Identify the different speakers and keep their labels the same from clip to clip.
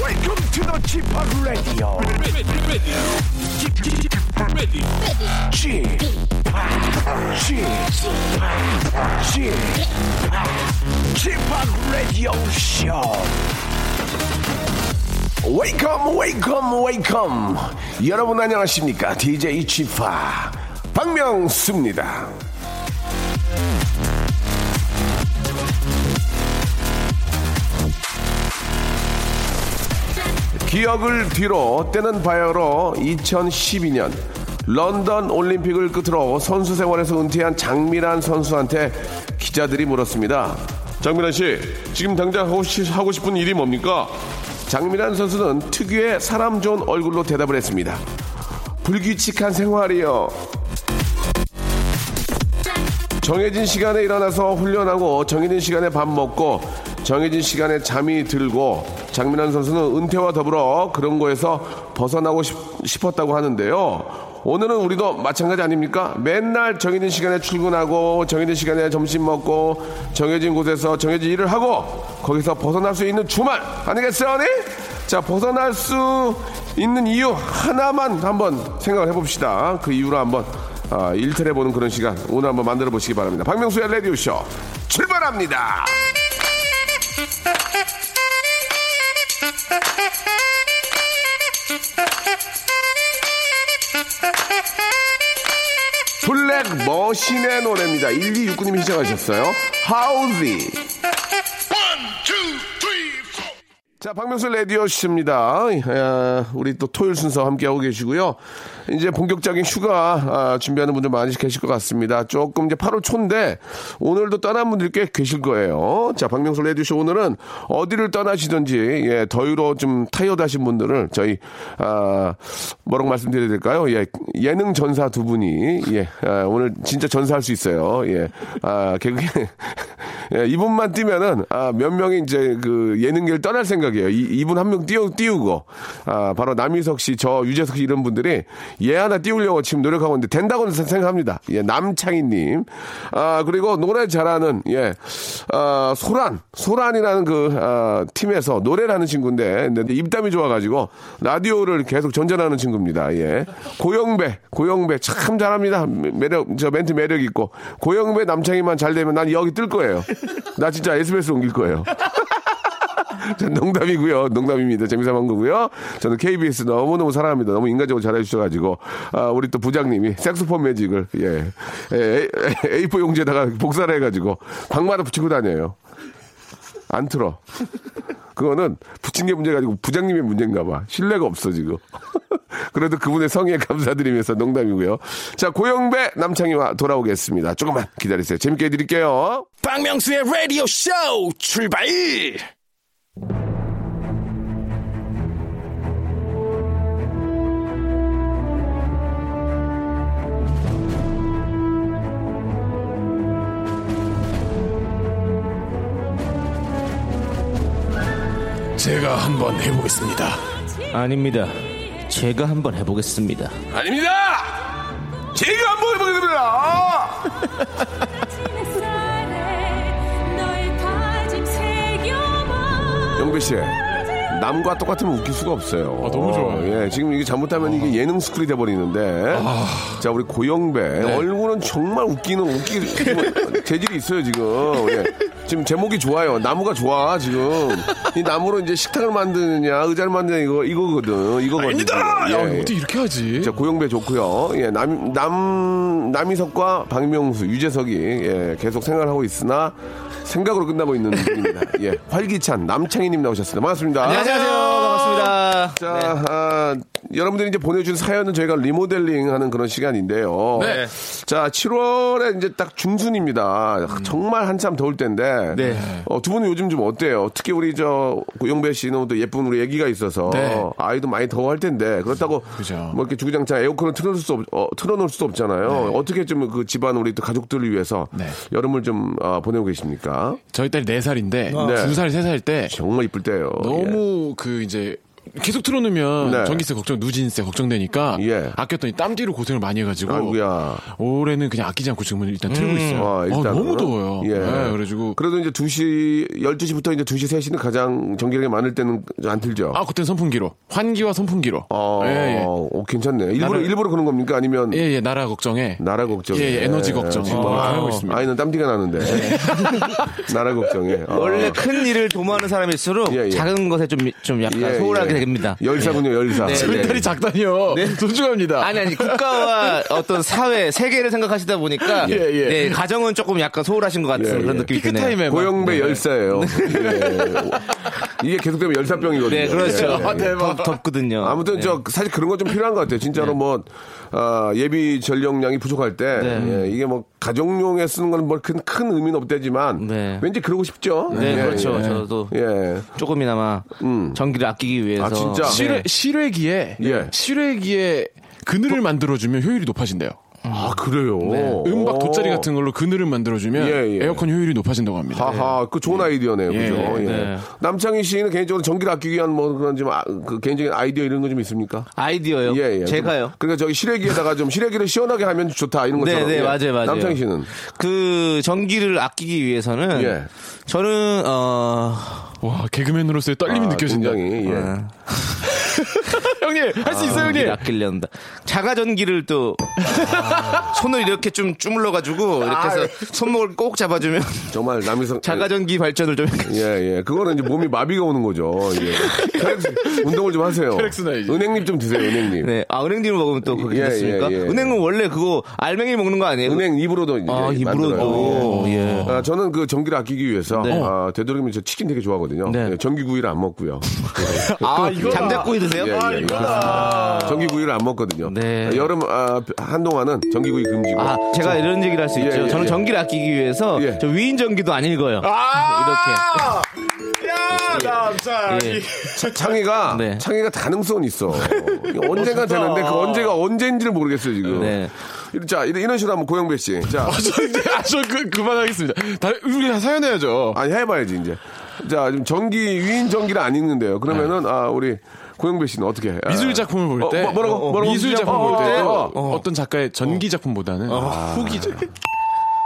Speaker 1: Welcome to the Chip Radio.
Speaker 2: ready, ready, ready,
Speaker 1: Chip, Chip, Chip, Radio Show. Welcome, welcome, welcome. 여러분 안녕하십니까? DJ Chip 박명수입니다. 기억을 뒤로 때는 바야흐로 2012년 런던 올림픽을 끝으로 선수 생활에서 은퇴한 장미란 선수한테 기자들이 물었습니다. 장미란 씨, 지금 당장 하고, 시- 하고 싶은 일이 뭡니까? 장미란 선수는 특유의 사람 좋은 얼굴로 대답을 했습니다. 불규칙한 생활이요. 정해진 시간에 일어나서 훈련하고 정해진 시간에 밥 먹고 정해진 시간에 잠이 들고 장민환 선수는 은퇴와 더불어 그런 거에서 벗어나고 싶, 싶었다고 하는데요. 오늘은 우리도 마찬가지 아닙니까? 맨날 정해진 시간에 출근하고 정해진 시간에 점심 먹고 정해진 곳에서 정해진 일을 하고 거기서 벗어날 수 있는 주말 아니겠어요? 아니? 자 벗어날 수 있는 이유 하나만 한번 생각을 해봅시다. 그 이유로 한번 아, 일탈해 보는 그런 시간 오늘 한번 만들어 보시기 바랍니다. 박명수의 라디오 쇼 출발합니다. 블랙 머신의 노래입니다. 1269님이 시작하셨어요. 하우디. 자, 박명수 라디오 씨입니다. 예, 우리 또 토요일 순서 함께하고 계시고요. 이제 본격적인 휴가 아, 준비하는 분들 많이 계실 것 같습니다. 조금 이제 8월 초인데 오늘도 떠난 분들 꽤 계실 거예요. 자, 박명수 라디오 씨 오늘은 어디를 떠나시든지 예, 더위로 좀 타이어다신 분들을 저희 아, 뭐라고 말씀드려야 될까요? 예, 예능 전사 두 분이 예, 아, 오늘 진짜 전사할 수 있어요. 예, 아, 개그계 예, 이분만 뛰면은 아, 몇 명이 이제 그 예능계를 떠날 생각이에요. 이, 분 한 명 띄우, 띄우고 아, 바로 남희석 씨, 저 유재석 씨 이런 분들이 얘 하나 띄우려고 지금 노력하고 있는데 된다고는 생각합니다. 예, 남창희님 아, 그리고 노래 잘하는 예, 아, 소란 소란이라는 그 아, 팀에서 노래를 하는 친구인데 근데 입담이 좋아가지고 라디오를 계속 전전하는 친구입니다. 예, 고영배 고영배 참 잘합니다. 매력 저 멘트 매력 있고 고영배 남창희만 잘 되면 난 여기 뜰 거예요. 나 진짜 SBS 옮길 거예요. 자, 농담이고요. 농담입니다. 재미삼아 한 거고요. 저는 KBS 너무너무 사랑합니다. 너무 인간적으로 잘해주셔가지고 아, 우리 또 부장님이 색소폰 매직을 예, 예, A, A4 용지에다가 복사를 해가지고 방마다 붙이고 다녀요. 안 틀어. 그거는 붙인 게 문제가 아니고 부장님의 문제인가 봐. 신뢰가 없어, 지금. 그래도 그분의 성의에 감사드리면서 농담이고요. 자, 고영배 남창희와 돌아오겠습니다. 조금만 기다리세요. 재밌게 해드릴게요.
Speaker 2: 박명수의 라디오 쇼 출발! 제가 한번 해보겠습니다.
Speaker 3: 아닙니다. 제가 한번 해보겠습니다.
Speaker 2: 아닙니다.
Speaker 1: 제가 한번 해보겠습니다. 영배 씨. 남과 똑같으면 웃길 수가 없어요.
Speaker 2: 너무 좋아요. 아.
Speaker 1: 예, 지금 이게 잘못하면 이게 예능 스쿨이 돼 버리는데. 자, 우리 고영배
Speaker 2: 네.
Speaker 1: 얼굴은 정말 웃기는 웃기 뭐, 재질이 있어요 지금. 예. 지금 제목이 좋아요. 나무가 좋아 지금. 이 나무로 이제 식탁을 만드느냐 의자를 만드냐 이거 이거거든. 이거거든.
Speaker 2: 아닙니다.
Speaker 1: 예,
Speaker 2: 야,
Speaker 1: 예.
Speaker 2: 어떻게 이렇게 하지?
Speaker 1: 자, 고영배 좋고요. 예, 남, 남, 남희석과 박명수, 유재석이 예, 계속 생활하고 있으나 생각으로 끝나고 있는 분입니다. 예, 활기찬 남창희님 나오셨습니다. 반갑습니다.
Speaker 3: 반갑습니다.
Speaker 1: 자, 아, 여러분들이 이제 보내준 사연은 저희가 리모델링 하는 그런 시간인데요.
Speaker 3: 네.
Speaker 1: 자, 7월에 이제 딱 중순입니다. 정말 한참 더울 때인데.
Speaker 3: 네.
Speaker 1: 어, 두 분은 요즘 좀 어때요? 특히 우리 저, 고영배 씨는 또 예쁜 우리 애기가 있어서.
Speaker 2: 네.
Speaker 1: 아이도 많이 더워할 텐데. 그렇다고.
Speaker 2: 그죠.
Speaker 1: 뭐 이렇게 주구장창 에어컨을 틀어놓을 수, 없, 어, 틀어놓을 수 없잖아요.
Speaker 4: 네.
Speaker 1: 어떻게 좀 그 집안 우리 또 가족들을 위해서.
Speaker 2: 네.
Speaker 1: 여름을 좀 아, 보내고 계십니까?
Speaker 2: 저희 딸 4살인데
Speaker 1: 네.
Speaker 2: 2살, 3살 때
Speaker 1: 정말 이쁠 때예요
Speaker 2: 너무 그 이제
Speaker 4: 계속 틀어놓으면
Speaker 1: 네.
Speaker 4: 전기세 걱정, 누진세 걱정되니까
Speaker 1: 예.
Speaker 4: 아꼈더니 땀 뒤로 고생을 많이 해가지고
Speaker 1: 아이고야.
Speaker 4: 올해는 그냥 아끼지 않고 지금은 일단 틀고 있어요.
Speaker 1: 아,
Speaker 4: 아,
Speaker 1: 일단은.
Speaker 4: 너무 더워요.
Speaker 1: 예.
Speaker 4: 네, 그래가지고
Speaker 1: 그래도 이제 2시, 12시부터 이제 2시, 3시는 가장 전기력이 많을 때는 안 틀죠.
Speaker 4: 아 그때 선풍기로 환기와 선풍기로.
Speaker 1: 어,
Speaker 4: 예, 예.
Speaker 1: 오, 괜찮네. 일부러,
Speaker 4: 나는-
Speaker 1: 일부러 그런 겁니까? 아니면
Speaker 4: 예, 예, 나라 걱정에.
Speaker 1: 나라 걱정에?
Speaker 4: 예, 예, 에너지 걱정.
Speaker 1: 지금
Speaker 4: 아,
Speaker 1: 뭐
Speaker 4: 하고 있습니다. 네.
Speaker 1: 아이는 땀띠가 나는데. 나라 걱정에. 어.
Speaker 3: 원래 큰 일을 도모하는 사람일수록
Speaker 1: 예, 예.
Speaker 3: 작은 것에 좀, 좀 약간
Speaker 1: 예,
Speaker 3: 소홀하게
Speaker 1: 예.
Speaker 3: 됩니다.
Speaker 1: 열사군요, 열사.
Speaker 3: 네,
Speaker 1: 예.
Speaker 3: 네.
Speaker 4: 일탈이 작다니요. 소중합니다.
Speaker 3: 아니 아니 국가와 어떤 사회 세계를 생각하시다 보니까
Speaker 4: 예, 예.
Speaker 3: 네, 가정은 조금 약간 소홀하신 것 같은
Speaker 1: 예,
Speaker 3: 그런
Speaker 1: 예.
Speaker 3: 느낌이 드네요.
Speaker 4: 피크타임에.
Speaker 1: 고영배 열사예요. 예. 이게 계속되면 열사병이거든요.
Speaker 3: 네 그렇죠.
Speaker 1: 예, 예, 예.
Speaker 4: 아, 대박.
Speaker 3: 덥- 덥거든요.
Speaker 1: 아무튼 저 사실 그런 건 좀 필요한 것 같아요. 진짜로 뭐 아, 예비 전력량이 부족할 때
Speaker 3: 네.
Speaker 1: 예, 이게 뭐 가정용에 쓰는 건 뭐 큰 큰 의미는 없대지만
Speaker 3: 네.
Speaker 1: 왠지 그러고 싶죠.
Speaker 3: 네
Speaker 1: 예,
Speaker 3: 그렇죠.
Speaker 1: 예.
Speaker 3: 저도
Speaker 1: 예.
Speaker 3: 조금이나마 전기를 아끼기 위해서
Speaker 1: 아,
Speaker 3: 네.
Speaker 1: 진짜?
Speaker 4: 실외, 실외기에,
Speaker 1: 예.
Speaker 4: 실외기에 그늘을 만들어주면 효율이 높아진대요.
Speaker 3: 음.
Speaker 1: 아 그래요. 어.
Speaker 4: 음박
Speaker 3: 네.
Speaker 1: 오.
Speaker 4: 돗자리 같은 걸로 그늘을 만들어주면
Speaker 1: 예, 예.
Speaker 4: 에어컨 효율이 높아진다고 합니다.
Speaker 1: 하하, 그 좋은 아이디어네요,
Speaker 4: 예,
Speaker 1: 그죠? 예.
Speaker 3: 네.
Speaker 1: 남창희 씨는 개인적으로 전기를 아끼기 위한 뭐 그런 좀 아, 그 개인적인 아이디어 이런 거 좀 있습니까?
Speaker 3: 아이디어요.
Speaker 1: 예, 예.
Speaker 3: 제가요.
Speaker 1: 좀- 그러니까 저기 시래기에다가 좀 시래기를 시원하게 하면 좋다 이런
Speaker 3: 네,
Speaker 1: 것처럼.
Speaker 3: 네,
Speaker 1: 예.
Speaker 3: 맞아요, 맞아요.
Speaker 1: 남창희 씨는
Speaker 3: 그 전기를 아끼기 위해서는
Speaker 1: 예.
Speaker 3: 저는 어
Speaker 4: 와, 개그맨으로서의 떨림이
Speaker 1: 아,
Speaker 4: 느껴진다.
Speaker 1: 굉장히 예.
Speaker 4: 형님, 할 수 있어요,
Speaker 3: 전기를
Speaker 4: 형님.
Speaker 3: 아끼려는다. 자가 전기를 또
Speaker 1: 아.
Speaker 3: 손을 이렇게 좀 주물러 가지고 이렇게
Speaker 1: 네.
Speaker 3: 해서 손목을 꼭 잡아주면
Speaker 1: 정말 남이성
Speaker 3: 자가 전기 발전을 좀
Speaker 1: 예, 예. 그거는 이제 몸이 마비가 오는 거죠. 예. 혈액- 운동을 좀 하세요.
Speaker 4: 혈액순환 이제.
Speaker 1: 은행잎 좀 드세요, 은행잎.
Speaker 3: 네. 아 은행잎을 먹으면 또 그게
Speaker 1: 예,
Speaker 3: 됐습니까?
Speaker 1: 예, 예.
Speaker 3: 은행은 원래 그거 알맹이 먹는 거 아니에요?
Speaker 1: 은행 입으로도 이제
Speaker 3: 아
Speaker 1: 만들어요.
Speaker 3: 입으로도 예.
Speaker 1: 아, 저는 그 전기를 아끼기 위해서
Speaker 3: 네.
Speaker 1: 아, 되도록이면 저 치킨 되게 좋아하거든요.
Speaker 3: 네.
Speaker 1: 예, 전기구이를 안 먹고요.
Speaker 3: 아 잠자꾸이 드세요?
Speaker 4: 아,
Speaker 1: 예, 예, 예. 전기구이를 안 먹거든요.
Speaker 3: 네.
Speaker 1: 여름 아, 한동안은 전기구이 금지고.
Speaker 3: 아, 제가 이런 얘기를 할 수
Speaker 1: 예,
Speaker 3: 있죠.
Speaker 1: 예,
Speaker 3: 저는
Speaker 1: 예.
Speaker 3: 전기를 아끼기 위해서
Speaker 1: 예.
Speaker 3: 저 위인 전기도 안 읽어요.
Speaker 4: 아!
Speaker 3: 예. 이렇게. 야,
Speaker 1: 창의가
Speaker 3: 네.
Speaker 1: 창의가 가능성은 있어. 이거
Speaker 4: 어,
Speaker 1: 언제가 되는데 그 언제가 언제인지를 모르겠어요 지금.
Speaker 3: 네.
Speaker 1: 이런- 자 이런, 이런 식으로 한번 고영배 씨. 자
Speaker 4: 아, 저, 이제- 아, 저 그, 그만하겠습니다. 다, 우리 다 사연해야죠.
Speaker 1: 아니 해봐야지 이제. 자 지금 전기 위인 전기를 안 읽는데요. 그러면은 아 우리 고영배 씨는 어떻게? 해? 아,
Speaker 4: 네. 미술 작품을 볼 때.
Speaker 1: 어, 뭐, 뭐라고? 뭐라고?
Speaker 4: 미술 작품 볼 때.
Speaker 1: 어, 어.
Speaker 4: 어, 떤 작가의 전기 작품보다는 후기. 작-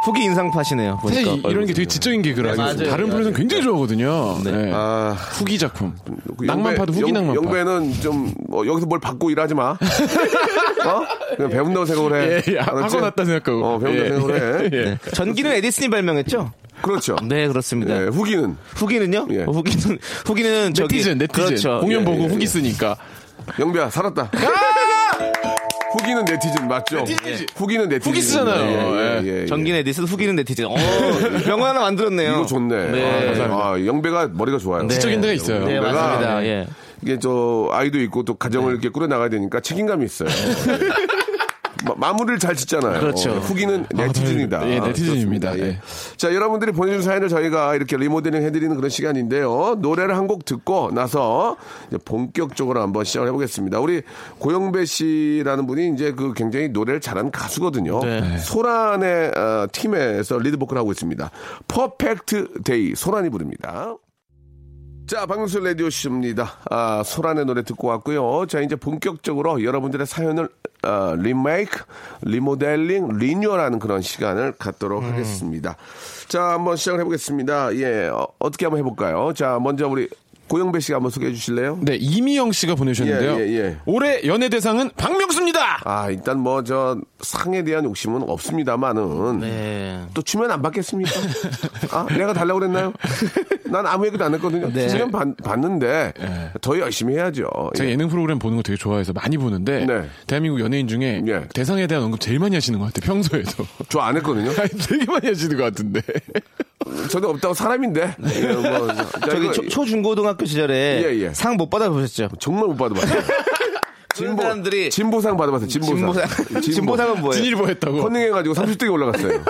Speaker 3: 후기 인상 파시네요. 보니까.
Speaker 4: 사실 이-
Speaker 1: 그러니까,
Speaker 4: 이런 게 되게 지적인
Speaker 1: 네,
Speaker 4: 개그라서
Speaker 3: 맞아요.
Speaker 4: 다른 프로에서는 굉장히 좋아하거든요. 네.
Speaker 1: 아,
Speaker 4: 후기 작품.
Speaker 1: 그
Speaker 4: 낭만파도
Speaker 1: 영배-
Speaker 4: 후기
Speaker 1: 영-
Speaker 4: 낭만파.
Speaker 1: 영배는 좀 뭐, 여기서 뭘 받고 일하지 마. 어? 그냥 배운다고 생각을 해.
Speaker 4: 예, 예.
Speaker 1: 알았지?
Speaker 4: 하고 났다 생각하고.
Speaker 1: 어, 배운다고
Speaker 4: 예.
Speaker 1: 생각을 해.
Speaker 4: 예.
Speaker 3: 전기는 에디슨이 발명했죠?
Speaker 1: 그렇죠.
Speaker 3: 네, 그렇습니다.
Speaker 1: 예, 후기는
Speaker 3: 후기는요?
Speaker 1: 예.
Speaker 3: 어, 후기는 후기는 저기
Speaker 4: 네티즌, 네티즌.
Speaker 3: 그렇죠.
Speaker 4: 공연
Speaker 1: 예,
Speaker 4: 보고
Speaker 1: 예, 예.
Speaker 4: 후기 쓰니까.
Speaker 1: 영배야 살았다. 후기는 네티즌 맞죠? 예.
Speaker 4: 네티즌이지.
Speaker 1: 후기는 네티즌.
Speaker 4: 후기 쓰잖아요.
Speaker 1: 예, 예, 예.
Speaker 3: 전기는 에디슨, 후기는 네티즌. 어, 명언 하나 만들었네요.
Speaker 1: 이거 좋네.
Speaker 3: 네.
Speaker 1: 아, 감사합니다. 아, 영배가 머리가 좋아요.
Speaker 4: 지적인 데가 있어요.
Speaker 3: 네,
Speaker 1: 내가-
Speaker 3: 맞습니다. 예.
Speaker 1: 이게 저 아이도 있고 또 가정을 이렇게 꾸려 나가야 되니까 책임감이 있어요. 마, 마무리를 잘 짓잖아요.
Speaker 3: 그렇죠.
Speaker 1: 어, 후기는 네티즌이다.
Speaker 4: 예, 네티즌입니다.
Speaker 1: 그렇습니다.
Speaker 4: 예.
Speaker 1: 자, 여러분들이 보내준 사연을 저희가 이렇게 리모델링 해드리는 그런 시간인데요. 노래를 한 곡 듣고 나서 이제 본격적으로 한번 시작을 해보겠습니다. 우리 고영배 씨라는 분이 이제 그 굉장히 노래를 잘하는 가수거든요. 소란의 어, 팀에서 리드 보컬 하고 있습니다. 퍼펙트 데이 소란이 부릅니다. 자, 박명수 라디오 씨입니다. 아, 소란의 노래 듣고 왔고요. 자, 이제 본격적으로 여러분들의 사연을 아, 리메이크, 리모델링, 리뉴얼하는 그런 시간을 갖도록
Speaker 3: 음.
Speaker 1: 하겠습니다. 자, 한번 시작을 해보겠습니다. 예, 어, 어떻게 한번 해볼까요? 자, 먼저 우리 고영배 씨가 한번 소개해 주실래요?
Speaker 4: 네, 이미영 씨가 보내주셨는데요.
Speaker 1: 예, 예, 예.
Speaker 4: 올해 연예 대상은 박명수입니다!
Speaker 1: 아, 일단 뭐 저 상에 대한 욕심은 없습니다만은
Speaker 3: 네.
Speaker 1: 또 주면 안 받겠습니까? 아, 내가 달라고 그랬나요? 난 아무 얘기도 안 했거든요.
Speaker 3: 네.
Speaker 1: 주면 받, 받는데 더 열심히 해야죠.
Speaker 4: 제가
Speaker 1: 예.
Speaker 4: 예능 프로그램 보는 거 되게 좋아해서 많이 보는데
Speaker 1: 네.
Speaker 4: 대한민국 연예인 중에
Speaker 1: 예. 대상에
Speaker 4: 대상에 대한 언급 제일 많이 하시는 것 같아요 평소에도
Speaker 1: 저 안 했거든요.
Speaker 4: 되게 많이 하시는 것 같은데
Speaker 1: 저도 없다고 사람인데. 예, 뭐,
Speaker 3: 저기
Speaker 1: 이거
Speaker 3: 초, 초중고등학교 시절에
Speaker 1: 예, 예.
Speaker 3: 상 못 받아보셨죠?
Speaker 1: 정말 못 받아봤어요.
Speaker 3: 그런 사람들이
Speaker 1: 진보상 받아봤어요. 진보상.
Speaker 3: 진보상 진보상은 뭐예요?
Speaker 4: 진일보 했다고
Speaker 1: 컨닝해가지고 30등에 올라갔어요.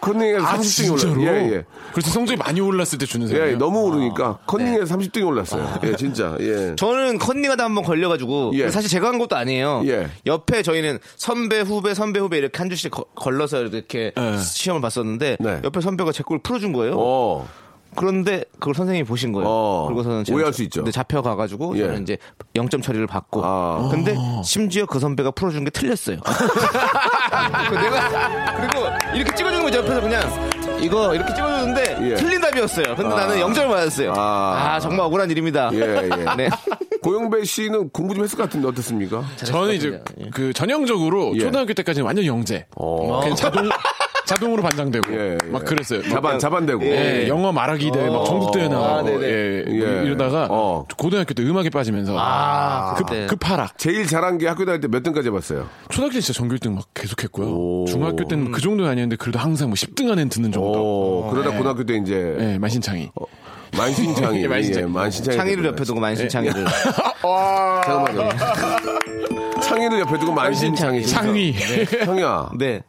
Speaker 1: 컨닝해서
Speaker 4: 아
Speaker 1: 30등에
Speaker 4: 진짜로
Speaker 1: 올랐어요. 예, 예.
Speaker 4: 그래서 성적이 많이 올랐을 때 주는 상이에요
Speaker 1: 예, 너무 오르니까 컨닝에서 30등에 올랐어요. 예, 진짜. 예.
Speaker 3: 저는 컨닝하다 한번 걸려가지고
Speaker 1: 예.
Speaker 3: 사실 제가 한 것도 아니에요.
Speaker 1: 예.
Speaker 3: 옆에 저희는 선배 후배 선배 후배 이렇게 한 줄씩 거- 걸러서 이렇게
Speaker 4: 예.
Speaker 3: 시험을 봤었는데
Speaker 1: 네.
Speaker 3: 옆에 선배가 제 꼴 풀어준 거예요.
Speaker 1: 어.
Speaker 3: 그런데 그걸 선생님이 보신 거예요.
Speaker 5: 어,
Speaker 3: 그리고서는 제가
Speaker 5: 오해할
Speaker 3: 저-
Speaker 5: 수 있죠.
Speaker 3: 근데 잡혀가가지고
Speaker 5: 예.
Speaker 3: 저는 이제 영점 처리를 받고.
Speaker 5: 아.
Speaker 3: 근데 심지어 그 선배가 풀어준 게 틀렸어요. 그 내가 그리고 이렇게 찍어주는 거죠 옆에서 그냥 이거 이렇게 찍어줬는데
Speaker 5: 예.
Speaker 3: 틀린 답이었어요. 근데 나는 영점을 받았어요.
Speaker 5: 아.
Speaker 3: 아. 정말 억울한 일입니다.
Speaker 5: 예, 예.
Speaker 3: 네.
Speaker 5: 고영배 씨는 공부 좀 했을 것 같은데 어떻습니까?
Speaker 4: 저는 이제 그 전형적으로
Speaker 5: 예.
Speaker 4: 초등학교 때까지는 완전 영재. 그냥 자동 자동으로 반장되고
Speaker 5: 예, 예.
Speaker 4: 막 그랬어요. 막
Speaker 5: 자반 자반되고.
Speaker 4: 예, 영어 말하기 대회 막 전국 대회 나가고
Speaker 3: 네네.
Speaker 4: 예,
Speaker 5: 예.
Speaker 4: 이러다가
Speaker 5: 어.
Speaker 4: 고등학교 때 음악에 빠지면서
Speaker 3: 아,
Speaker 4: 급,
Speaker 3: 그때.
Speaker 4: 급하락
Speaker 5: 제일 잘한 게 학교 다닐 때 몇 등까지 해봤어요?
Speaker 4: 초등학교 때 진짜 전교 1등 막 계속했고요
Speaker 5: 오.
Speaker 4: 중학교 때는 그 정도는 아니었는데 그래도 항상 뭐 10등 안에 드는 정도
Speaker 5: 오,
Speaker 1: 어,
Speaker 5: 그러다 고등학교 때 이제
Speaker 4: 예, 만신창이
Speaker 5: 만신창이.
Speaker 4: 예, 만신창이.
Speaker 5: 예, 만신창이.
Speaker 3: 창의를
Speaker 5: 되구나.
Speaker 3: 옆에 두고 만신창의를.
Speaker 5: 잠깐만요. 창의를 옆에 두고 만신창이.
Speaker 4: 창위
Speaker 5: 창이야.
Speaker 3: 네.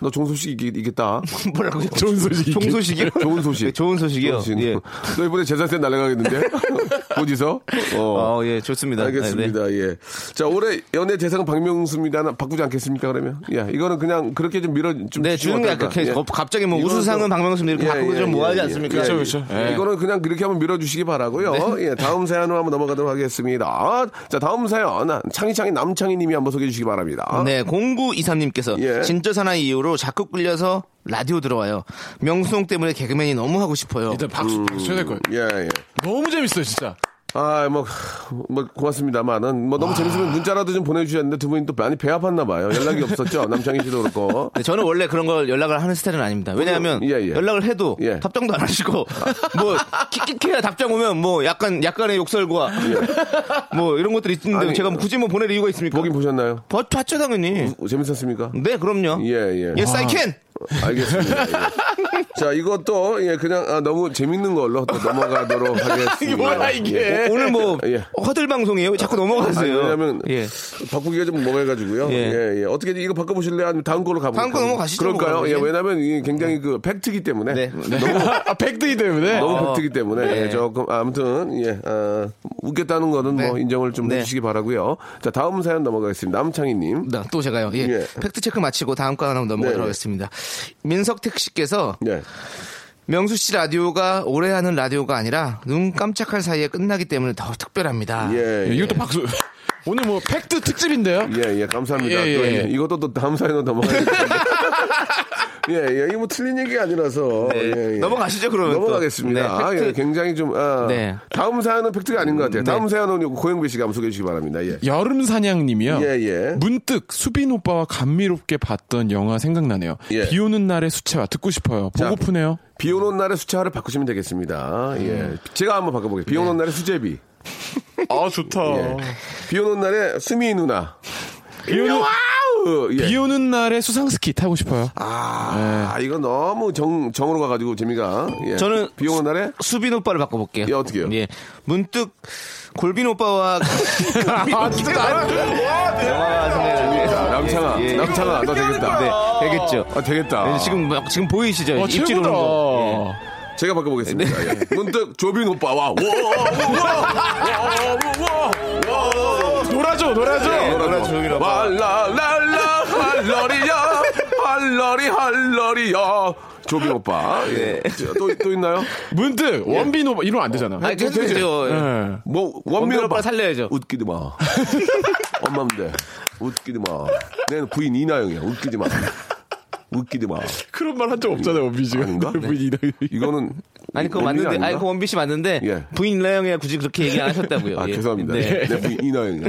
Speaker 5: 너 종소식 이기- 이기겠다.
Speaker 3: 뭐라고요?
Speaker 4: 좋은 소식이
Speaker 3: 좋은 소식이요?
Speaker 5: 좋은 소식.
Speaker 3: 네, 좋은 소식이요.
Speaker 5: 너 지금-
Speaker 3: 예.
Speaker 5: 너 이번에 재산세 날라가겠는데? 어디서? 어.
Speaker 3: 어, 예, 좋습니다. 네,
Speaker 5: 알겠습니다. 예. 자, 올해 연예 대상 박명수입니다. 하나 바꾸지 않겠습니까, 그러면? 예. 이거는 그냥 그렇게 좀 밀어 좀
Speaker 3: 네, 네
Speaker 5: 주시면
Speaker 3: 주는 게
Speaker 5: 어떨까?
Speaker 3: 그렇게
Speaker 5: 예.
Speaker 3: 어, 갑자기 뭐
Speaker 5: 이거는
Speaker 3: 우수상은
Speaker 5: 좀-
Speaker 3: 박명수님 이렇게
Speaker 5: 예,
Speaker 3: 바꾸고
Speaker 5: 예,
Speaker 3: 좀
Speaker 5: 예,
Speaker 3: 뭐하지
Speaker 5: 예,
Speaker 3: 않습니까? 네.
Speaker 5: 예,
Speaker 4: 그렇죠,
Speaker 5: 예.
Speaker 4: 그렇죠.
Speaker 5: 예, 이거는 그냥 그렇게 한번 밀어주시기 바라고요. 예, 다음 사연으로 한번 넘어가도록 하겠습니다. 자, 다음 사연 아, 창희창희 남창희님이 한번 소개해 주시기 바랍니다.
Speaker 3: 네, 0923님께서
Speaker 5: 아. 예.
Speaker 3: 진짜 사나이 이후로 자꾸 끌려서 라디오 들어와요. 명수홍 때문에 개그맨이 너무 하고 싶어요.
Speaker 4: 일단 박수 박수 쳐야 될 거예요
Speaker 5: 예, 예.
Speaker 4: 너무 재밌어요 진짜
Speaker 5: 아, 뭐, 뭐 고맙습니다만은 뭐 너무 재밌으면 문자라도 좀 보내주셨는데 두 분이 또 많이 배 아팠나 봐요. 연락이 없었죠. 남창희 씨도 그렇고.
Speaker 3: 네, 저는 원래 그런 걸 연락을 하는 스타일은 아닙니다. 왜냐하면
Speaker 5: 예, 예.
Speaker 3: 연락을 해도
Speaker 5: 예. 아.
Speaker 3: 답장도 안 하시고 뭐 킥킥해야 답장 오면 뭐 약간 약간의 욕설과 뭐 이런 것들이 있는데
Speaker 5: 예. 아니,
Speaker 3: 제가 뭐 굳이 뭐 보낼 이유가 있습니까?
Speaker 5: 보긴 보셨나요?
Speaker 3: 버- 봤죠 당연히.
Speaker 5: 재밌었습니까?
Speaker 3: 네, 그럼요.
Speaker 5: 예, 예.
Speaker 3: Yes, I can.
Speaker 5: 알겠습니다. 예. 자, 이것도 예, 그냥 아, 너무 재밌는 걸로 또 넘어가도록 하겠습니다.
Speaker 4: 이게 뭐야, 이게.
Speaker 5: 예.
Speaker 3: 오- 오늘 뭐
Speaker 5: 예.
Speaker 3: 허들 방송이에요. 왜 자꾸
Speaker 5: 아니,
Speaker 3: 넘어가세요.
Speaker 5: 왜냐면
Speaker 3: 예.
Speaker 5: 바꾸기가 좀 뭐해가지고요.
Speaker 3: 예.
Speaker 5: 예, 예. 어떻게 이거 바꿔보실래요? 아니면 다음 걸로 가볼까요?
Speaker 3: 다음 거 넘어가시죠,
Speaker 5: 그럴까요?
Speaker 3: 뭐,
Speaker 5: 예,
Speaker 3: 그러면.
Speaker 5: 왜냐면 이게 굉장히 그 팩트기 때문에.
Speaker 3: 네.
Speaker 5: 너무,
Speaker 4: 아 백등이 때문에
Speaker 5: 너무
Speaker 3: 어.
Speaker 5: 팩트기 때문에.
Speaker 3: 네.
Speaker 5: 예, 조금, 아무튼, 예, 아, 웃겠다는 거는
Speaker 3: 네.
Speaker 5: 뭐 인정을 좀
Speaker 3: 네.
Speaker 5: 해주시기 바라고요 자, 다음 사연 넘어가겠습니다. 남창희님.
Speaker 3: 네, 또 제가요. 예.
Speaker 5: 예.
Speaker 3: 팩트 체크 마치고 다음 거 하나 넘어가도록
Speaker 5: 네.
Speaker 3: 하겠습니다. 민석택 씨께서
Speaker 5: 예.
Speaker 3: 명수 씨 라디오가 오래 하는 라디오가 아니라 눈 깜짝할 사이에 끝나기 때문에 더 특별합니다.
Speaker 5: 예.
Speaker 4: 예, 이것도 박수 오늘 뭐 팩트 특집인데요
Speaker 5: 예, 예, 감사합니다.
Speaker 4: 예,
Speaker 5: 또
Speaker 4: 예.
Speaker 5: 이- 이것도 또 다음 사연으로 넘어가겠습니다. 예, 예, 이거 뭐 틀린 얘기가 아니라서. 예, 예.
Speaker 3: 네. 넘어가시죠, 그러면 또.
Speaker 5: 넘어가겠습니다.
Speaker 3: 네,
Speaker 5: 아,
Speaker 3: 팩트.
Speaker 5: 예, 굉장히 좀, 아,
Speaker 3: 네.
Speaker 5: 다음 사연은 팩트가 아닌 것 같아요. 다음 사연은 고영배 씨가 한번 소개해 주시기 바랍니다. 예.
Speaker 4: 여름 사냥님이요.
Speaker 5: 예, 예.
Speaker 4: 문득 수빈 오빠와 감미롭게 봤던 영화 생각나네요.
Speaker 5: 예.
Speaker 4: 비 오는 날의 수채화 듣고 싶어요.
Speaker 5: 자.
Speaker 4: 보고프네요.
Speaker 5: 비 오는 날의 수채화를 바꾸시면 되겠습니다.
Speaker 3: 음.
Speaker 5: 예. 제가 한번 바꿔보겠습니다. 비
Speaker 3: 네.
Speaker 5: 오는 날의 수제비.
Speaker 4: 아 좋다.
Speaker 3: 어.
Speaker 5: 예. 비 오는 날의 수미 누나.
Speaker 4: 비 오는
Speaker 5: 아우! 예.
Speaker 4: 비 오는 날의 수상 스키 타고 싶어요.
Speaker 5: 아, 이거 너무 정, 정으로 가가지고 재미가. 예.
Speaker 3: 저는
Speaker 5: 비 오는 날에
Speaker 3: 수빈 오빠를 바꿔볼게요.
Speaker 5: 예, 어떻게요?
Speaker 3: 예. 문득 골빈 오빠와 아, 진짜 영화가 생각나네요.
Speaker 5: 남창아,
Speaker 3: 예, 예.
Speaker 5: 남창아, 너 되겠다.
Speaker 3: 네, 되겠죠.
Speaker 5: 아, 되겠다.
Speaker 3: 네, 지금 막- 지금 보이시죠?
Speaker 4: 와,
Speaker 3: 입질 오는 거. 예.
Speaker 5: 제가 바꿔보겠습니다.
Speaker 4: 네.
Speaker 5: 예. 문득 조빈 오빠 와. 와,
Speaker 4: 놀아줘, 놀아줘.
Speaker 5: 네, 와, 라, 라, 라, 할러리야, 할러리, 할러리야. 조빈 오빠. 예.
Speaker 4: 네.
Speaker 5: 또, 또 있나요?
Speaker 4: 문득 원빈 오빠 이러면 안 예. 어. 되잖아.
Speaker 3: 아니, 해도 되죠. 예.
Speaker 4: 예.
Speaker 5: 뭐,
Speaker 3: 원빈
Speaker 5: 원빈 오빠.
Speaker 3: 오빠를 살려야죠.
Speaker 5: 웃기지 마. 엄마인데. 웃기지 마. 내 부인 이나영이야. 웃기지 마. 웃기지 마.
Speaker 4: 그런 말 한 적 없잖아요, 원빈 씨가.
Speaker 5: 아닌가? 네.
Speaker 4: 원빈이 나-
Speaker 5: 이거는.
Speaker 3: 아니 그거
Speaker 5: 원빈이
Speaker 3: 맞는데
Speaker 5: 아닌가?
Speaker 3: 아니 그 원빈 씨 맞는데
Speaker 5: 예.
Speaker 3: 부인 나영이가 굳이 그렇게 얘기 안 하셨다고요.
Speaker 5: 아,
Speaker 3: 예.
Speaker 5: 죄송합니다.
Speaker 3: 네.
Speaker 5: 내 부인 이나영이야.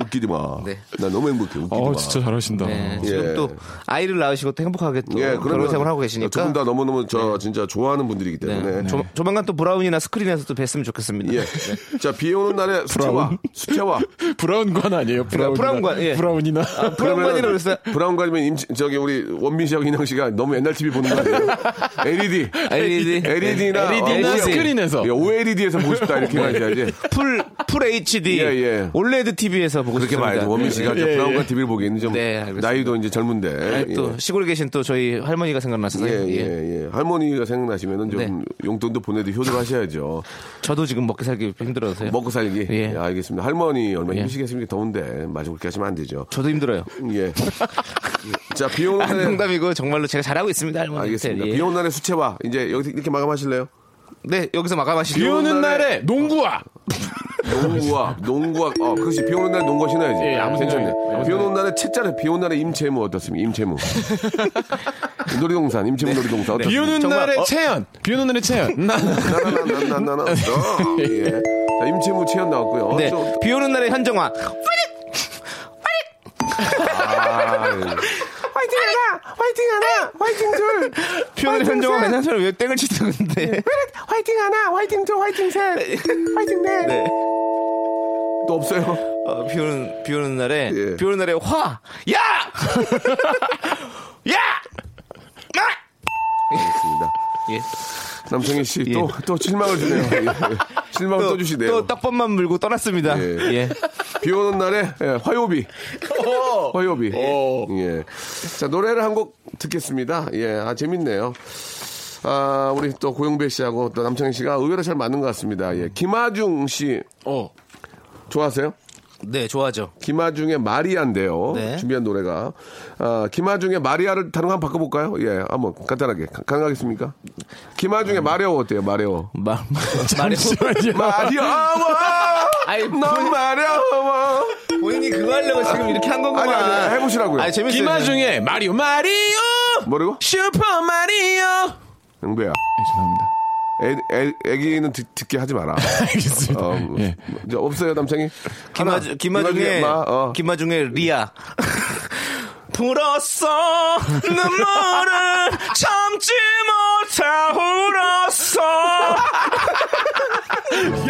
Speaker 5: 웃기지 마.
Speaker 3: 네.
Speaker 5: 나 너무 행복해. 웃기지
Speaker 4: 어,
Speaker 5: 마.
Speaker 4: 진짜 잘하신다.
Speaker 3: 네,
Speaker 5: 예.
Speaker 3: 지금 또 아이를 낳으시고 또 행복하게 또 결혼 생활 하고 계시니까
Speaker 5: 두분다 너무너무 저 진짜 좋아하는 분들이기
Speaker 3: 네.
Speaker 5: 때문에.
Speaker 3: 조, 조만간 또 브라운이나 스크린에서 또 뵀으면 좋겠습니다.
Speaker 5: 예.
Speaker 3: 네.
Speaker 5: 자, 비 오는 날에 수채화. 수채화.
Speaker 4: 브라운관 아니에요, 브라운.
Speaker 3: 브라운관, 예.
Speaker 4: 브라운이나.
Speaker 3: 브라운관이라고
Speaker 5: 그러면은
Speaker 3: 그랬어요?
Speaker 5: 브라운관이면 임, 저기 우리 원빈 씨하고 인형 씨가 너무 옛날 TV 보는 거 아니에요? E LED.
Speaker 3: LED.
Speaker 5: E
Speaker 3: E
Speaker 5: LED나 어,
Speaker 4: LED나
Speaker 5: 예,
Speaker 4: 스크린에서.
Speaker 5: E
Speaker 3: 네.
Speaker 5: OLED에서 보고 싶다 이렇게 가셔야지.
Speaker 3: 풀, 풀 HD,
Speaker 5: 예, 예.
Speaker 3: 올레드 TV에서 보고
Speaker 5: 그렇게
Speaker 3: 싶습니다.
Speaker 5: 말고 원민 씨가
Speaker 3: 예,
Speaker 5: 저
Speaker 3: 예.
Speaker 5: 브라운관 TV를 보기에는 좀
Speaker 3: 네, 알겠습니다.
Speaker 5: 나이도 이제 젊은데.
Speaker 3: 아니, 네. 또 시골에 계신 또 저희 할머니가 생각나서
Speaker 5: 예,
Speaker 3: 요
Speaker 5: 예, 예, 예. 할머니가 생각나시면은 좀
Speaker 3: 네.
Speaker 5: 용돈도 보내도 효도를 하셔야죠.
Speaker 3: 저도 지금 먹기 살기 힘들어서요.
Speaker 5: 먹고 살기.
Speaker 3: 예.
Speaker 5: 예, 알겠습니다. 할머니 얼마나
Speaker 3: 예.
Speaker 5: 힘드시겠습니까? 더운데. 맞아, 그렇게 하시면 안 되죠.
Speaker 3: 저도 힘들어요.
Speaker 5: 예. 자, 비 오는
Speaker 3: 아,
Speaker 5: 날에.
Speaker 3: 농담이고 정말로 제가 잘하고 있습니다, 할머니.
Speaker 5: 알겠습니다.
Speaker 3: 예.
Speaker 5: 비 오는 날에 수채화. 이제 여기 이렇게 마감하실래요?
Speaker 3: 네, 여기서 마감하시죠.
Speaker 4: 비 오는 날에 농구와
Speaker 5: 농구와, 농구와, 어, 그렇지. 비 오는 날에 농구화 신어야지.
Speaker 4: 예, 아무 생각이-
Speaker 5: 괜찮네.
Speaker 4: 아무
Speaker 5: 비 오는 날에 채자를, 비 오는 날에 임채무 어떻습니까? 임채무. 놀이동산, 임채무 놀이동산. 어떻습니까?
Speaker 4: 네. 비 오는
Speaker 3: 정말,
Speaker 4: 날에
Speaker 3: 어?
Speaker 4: 채연 비 오는 날에 채연
Speaker 5: 나나나나나나. 예. 자, 임채무 채연 나왔고요.
Speaker 3: 네,
Speaker 5: 어, 좀-
Speaker 3: 비 오는 날에 현정화.
Speaker 5: 아,
Speaker 6: 화이팅 하나! 화이팅 하나! 화이팅 둘!
Speaker 3: 비 오는 날에 현정화 괜찮아요? 왜 땡을 치죠,
Speaker 5: 예.
Speaker 3: 근데?
Speaker 6: 화이팅 하나! 화이팅 둘! 화이팅 셋! 화이팅 넷!
Speaker 3: 네.
Speaker 5: 또 없어요?
Speaker 3: 어, 비 오는, 비 오는 날에,
Speaker 5: 예.
Speaker 3: 비 오는 날에 화! 야! 야!
Speaker 5: 알겠습니다.
Speaker 3: 예.
Speaker 5: 남성희 씨, 또, 또 실망을 주네요. 예. 실망을 또, 주시네요.
Speaker 3: 또 떡밥만 물고 떠났습니다.
Speaker 5: 예.
Speaker 3: 예.
Speaker 5: 비 오는 날에 예, 화요비. 화요비. 예. 자, 노래를 한 곡 듣겠습니다. 예, 아, 재밌네요. 아, 우리 또 고영배 씨하고 또 남창희 씨가 의외로 잘 맞는 것 같습니다. 예. 김하중 씨,
Speaker 4: 어
Speaker 5: 좋아하세요?
Speaker 3: 네, 좋아하죠.
Speaker 5: 김하중의 마리아인데요.
Speaker 3: 네.
Speaker 5: 준비한 노래가. 아, 김하중의 마리아를 다른 거 한번 바꿔볼까요? 예, 한번 간단하게. 가- 가능하겠습니까? 김하중의 마려워 어때요, 마려워?
Speaker 3: 마, 말해.
Speaker 5: 마려워!
Speaker 3: 아이,
Speaker 5: 넌 마려워!
Speaker 3: 본인이 그거 하려고 지금 이렇게 한 거구만.
Speaker 5: 아니, 아니, 해보시라고요.
Speaker 3: 아니, 재밌어요.
Speaker 4: 김하중의 마리오 마리오
Speaker 5: 뭐라고?
Speaker 4: 슈퍼 마리오
Speaker 5: 영배야.
Speaker 4: 예, 죄송합니다
Speaker 5: 애, 애, 애기는 듣, 듣게 하지 마라.
Speaker 4: 알겠습니다
Speaker 5: 어, 뭐,
Speaker 4: 예.
Speaker 5: 이제 없어요, 남창이?
Speaker 3: 김하중, 김하중의,
Speaker 5: 마, 어.
Speaker 3: 김하중의 리아. 불었어 눈물을 참지 못하 울었어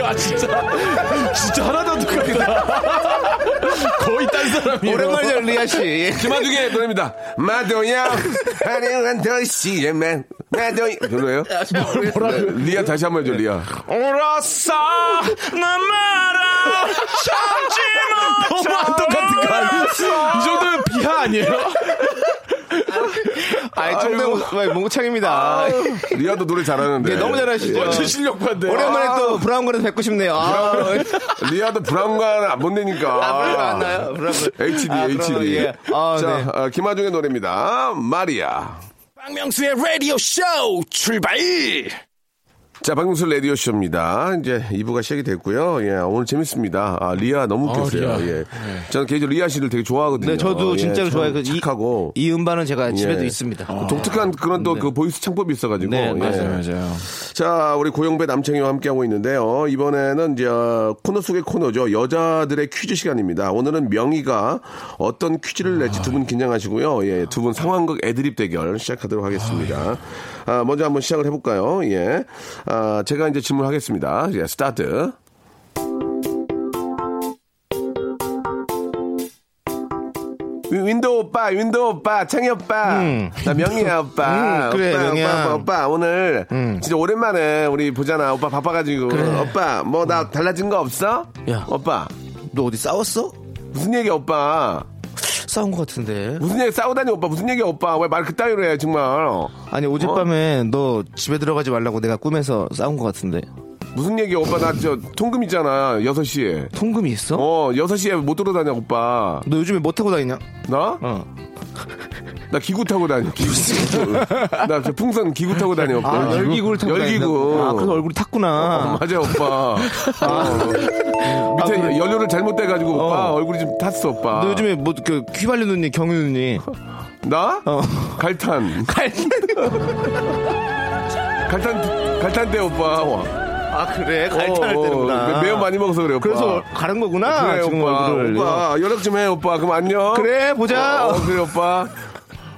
Speaker 4: 야 진짜 진짜 하나도 안 똑같다 거의 딴 사람이에요
Speaker 3: 오랜만이죠 리아 씨
Speaker 5: 김한중의 노래입니다. 마도야, 하루한 도시에만, 마도야. 별로예요? 네, 리아 다시 한 번 해줘, 리아.
Speaker 3: 울었어 눈물을 참지
Speaker 4: 너무 안 똑같은 거 아니에요? 이 정도면 비하 아니에요?
Speaker 3: 못하 아이 정도 몽창입니다
Speaker 5: 리아도 노래 잘하는데. 예. 아,
Speaker 3: 네, 너무 잘하시죠
Speaker 4: 완전 실력파인데
Speaker 3: 오랜만에 또 브라운 거는 뵙고 싶네요 아,
Speaker 5: 리아도 브라운관 안 본다니까.
Speaker 3: 아 브라운 안 나요 브라운
Speaker 5: HD,
Speaker 3: 아, 브라운,
Speaker 5: HD.
Speaker 3: 예. 아,
Speaker 5: 자,
Speaker 3: 네.
Speaker 5: 어, 김하중의 노래입니다. 마리아.
Speaker 2: 박명수의 라디오 쇼 출발!
Speaker 5: 자, 박명수 레디오쇼입니다. 이제 2부가 시작이 됐고요. 예, 오늘 재밌습니다. 아, 리아 너무 웃겼어요.
Speaker 4: 리아.
Speaker 5: 예. 저는 개인적으로 리아 씨를 되게 좋아하거든요.
Speaker 3: 네 저도
Speaker 5: 예,
Speaker 3: 진짜로
Speaker 5: 참
Speaker 3: 좋아요 그 이-
Speaker 5: 착하고.
Speaker 3: 이 음반은 제가 집에도
Speaker 5: 예.
Speaker 3: 있습니다 아,
Speaker 5: 독특한 그런 또 그 보이스 창법이 있어가지고. 예.
Speaker 3: 네, 맞아요,
Speaker 4: 맞아요
Speaker 5: 자, 우리 고영배 남창희와 함께하고 있는데요. 이번에는 이제 어, 코너 속의 코너죠. 여자들의 퀴즈 시간입니다. 오늘은 명희가 어떤 퀴즈를 낼지 두 분 긴장하시고요. 예, 두 분 상황극 애드립 대결 시작하도록 하겠습니다. 아, 먼저 한번 시작을 해볼까요? 예. 아, 제가 이제 질문하겠습니다. 예, 스타트. 윈- 윈도우 오빠, 윈도우 오빠, 창희 오빠, 나 명희야 오빠,
Speaker 3: 음, 그래,
Speaker 5: 오빠, 오빠,
Speaker 3: 명희야.
Speaker 5: 오빠, 오빠, 오늘
Speaker 3: 음.
Speaker 5: 진짜 오랜만에 우리 보잖아. 오빠 바빠가지고 오빠 뭐 나 달라진 거 없어?
Speaker 3: 음. 야.
Speaker 5: 오빠
Speaker 3: 너 어디 싸웠어?
Speaker 5: 무슨 얘기 야 오빠?
Speaker 3: 싸운 것 같은데
Speaker 5: 무슨 얘기 싸우다니 오빠 무슨 얘기 야 오빠? 왜 말 그따위로 해 정말?
Speaker 3: 아니 어젯밤에 너 집에 들어가지 말라고 내가 꿈에서 싸운 것 같은데
Speaker 5: 무슨 얘기 야 오빠 나 저 통금 있잖아 6 시에.
Speaker 3: 통금이 있어?
Speaker 5: 어, 6시에 못 돌아다녀, 오빠.
Speaker 3: 너 요즘에 뭐 타고 다니냐?
Speaker 5: 나?
Speaker 3: 어.
Speaker 5: 나 기구 타고 다녀. 기구. 나 저 풍선 기구 타고 다녀, 오빠. 아, 열기구.
Speaker 3: 아, 그래서 얼굴이
Speaker 5: 어,
Speaker 3: 탔구나.
Speaker 5: 맞아 오빠. 어. 밑에
Speaker 3: 아, 그래.
Speaker 5: 연료를 잘못 돼가지고 오빠
Speaker 3: 어.
Speaker 5: 얼굴이 좀 탔어 오빠.
Speaker 3: 너 요즘에 뭐, 그, 휘발유 눈이, 경유 눈이.
Speaker 5: 나?
Speaker 3: 어.
Speaker 5: 갈탄.
Speaker 3: 갈
Speaker 5: 갈탄 갈탄 때 오빠. 와.
Speaker 3: 아, 그래? 갈탄할
Speaker 5: 어, 어.
Speaker 3: 때구나.
Speaker 5: 매- 매운 많이 먹어서 그래 오빠.
Speaker 3: 그래서 아, 가른 거구나.
Speaker 4: 아,
Speaker 5: 그래
Speaker 3: 지금
Speaker 5: 오빠.
Speaker 3: 얼굴을.
Speaker 5: 오빠 연락 좀 해 오빠. 그럼 안녕.
Speaker 3: 그래, 보자.
Speaker 5: 어, 어, 그래 오빠.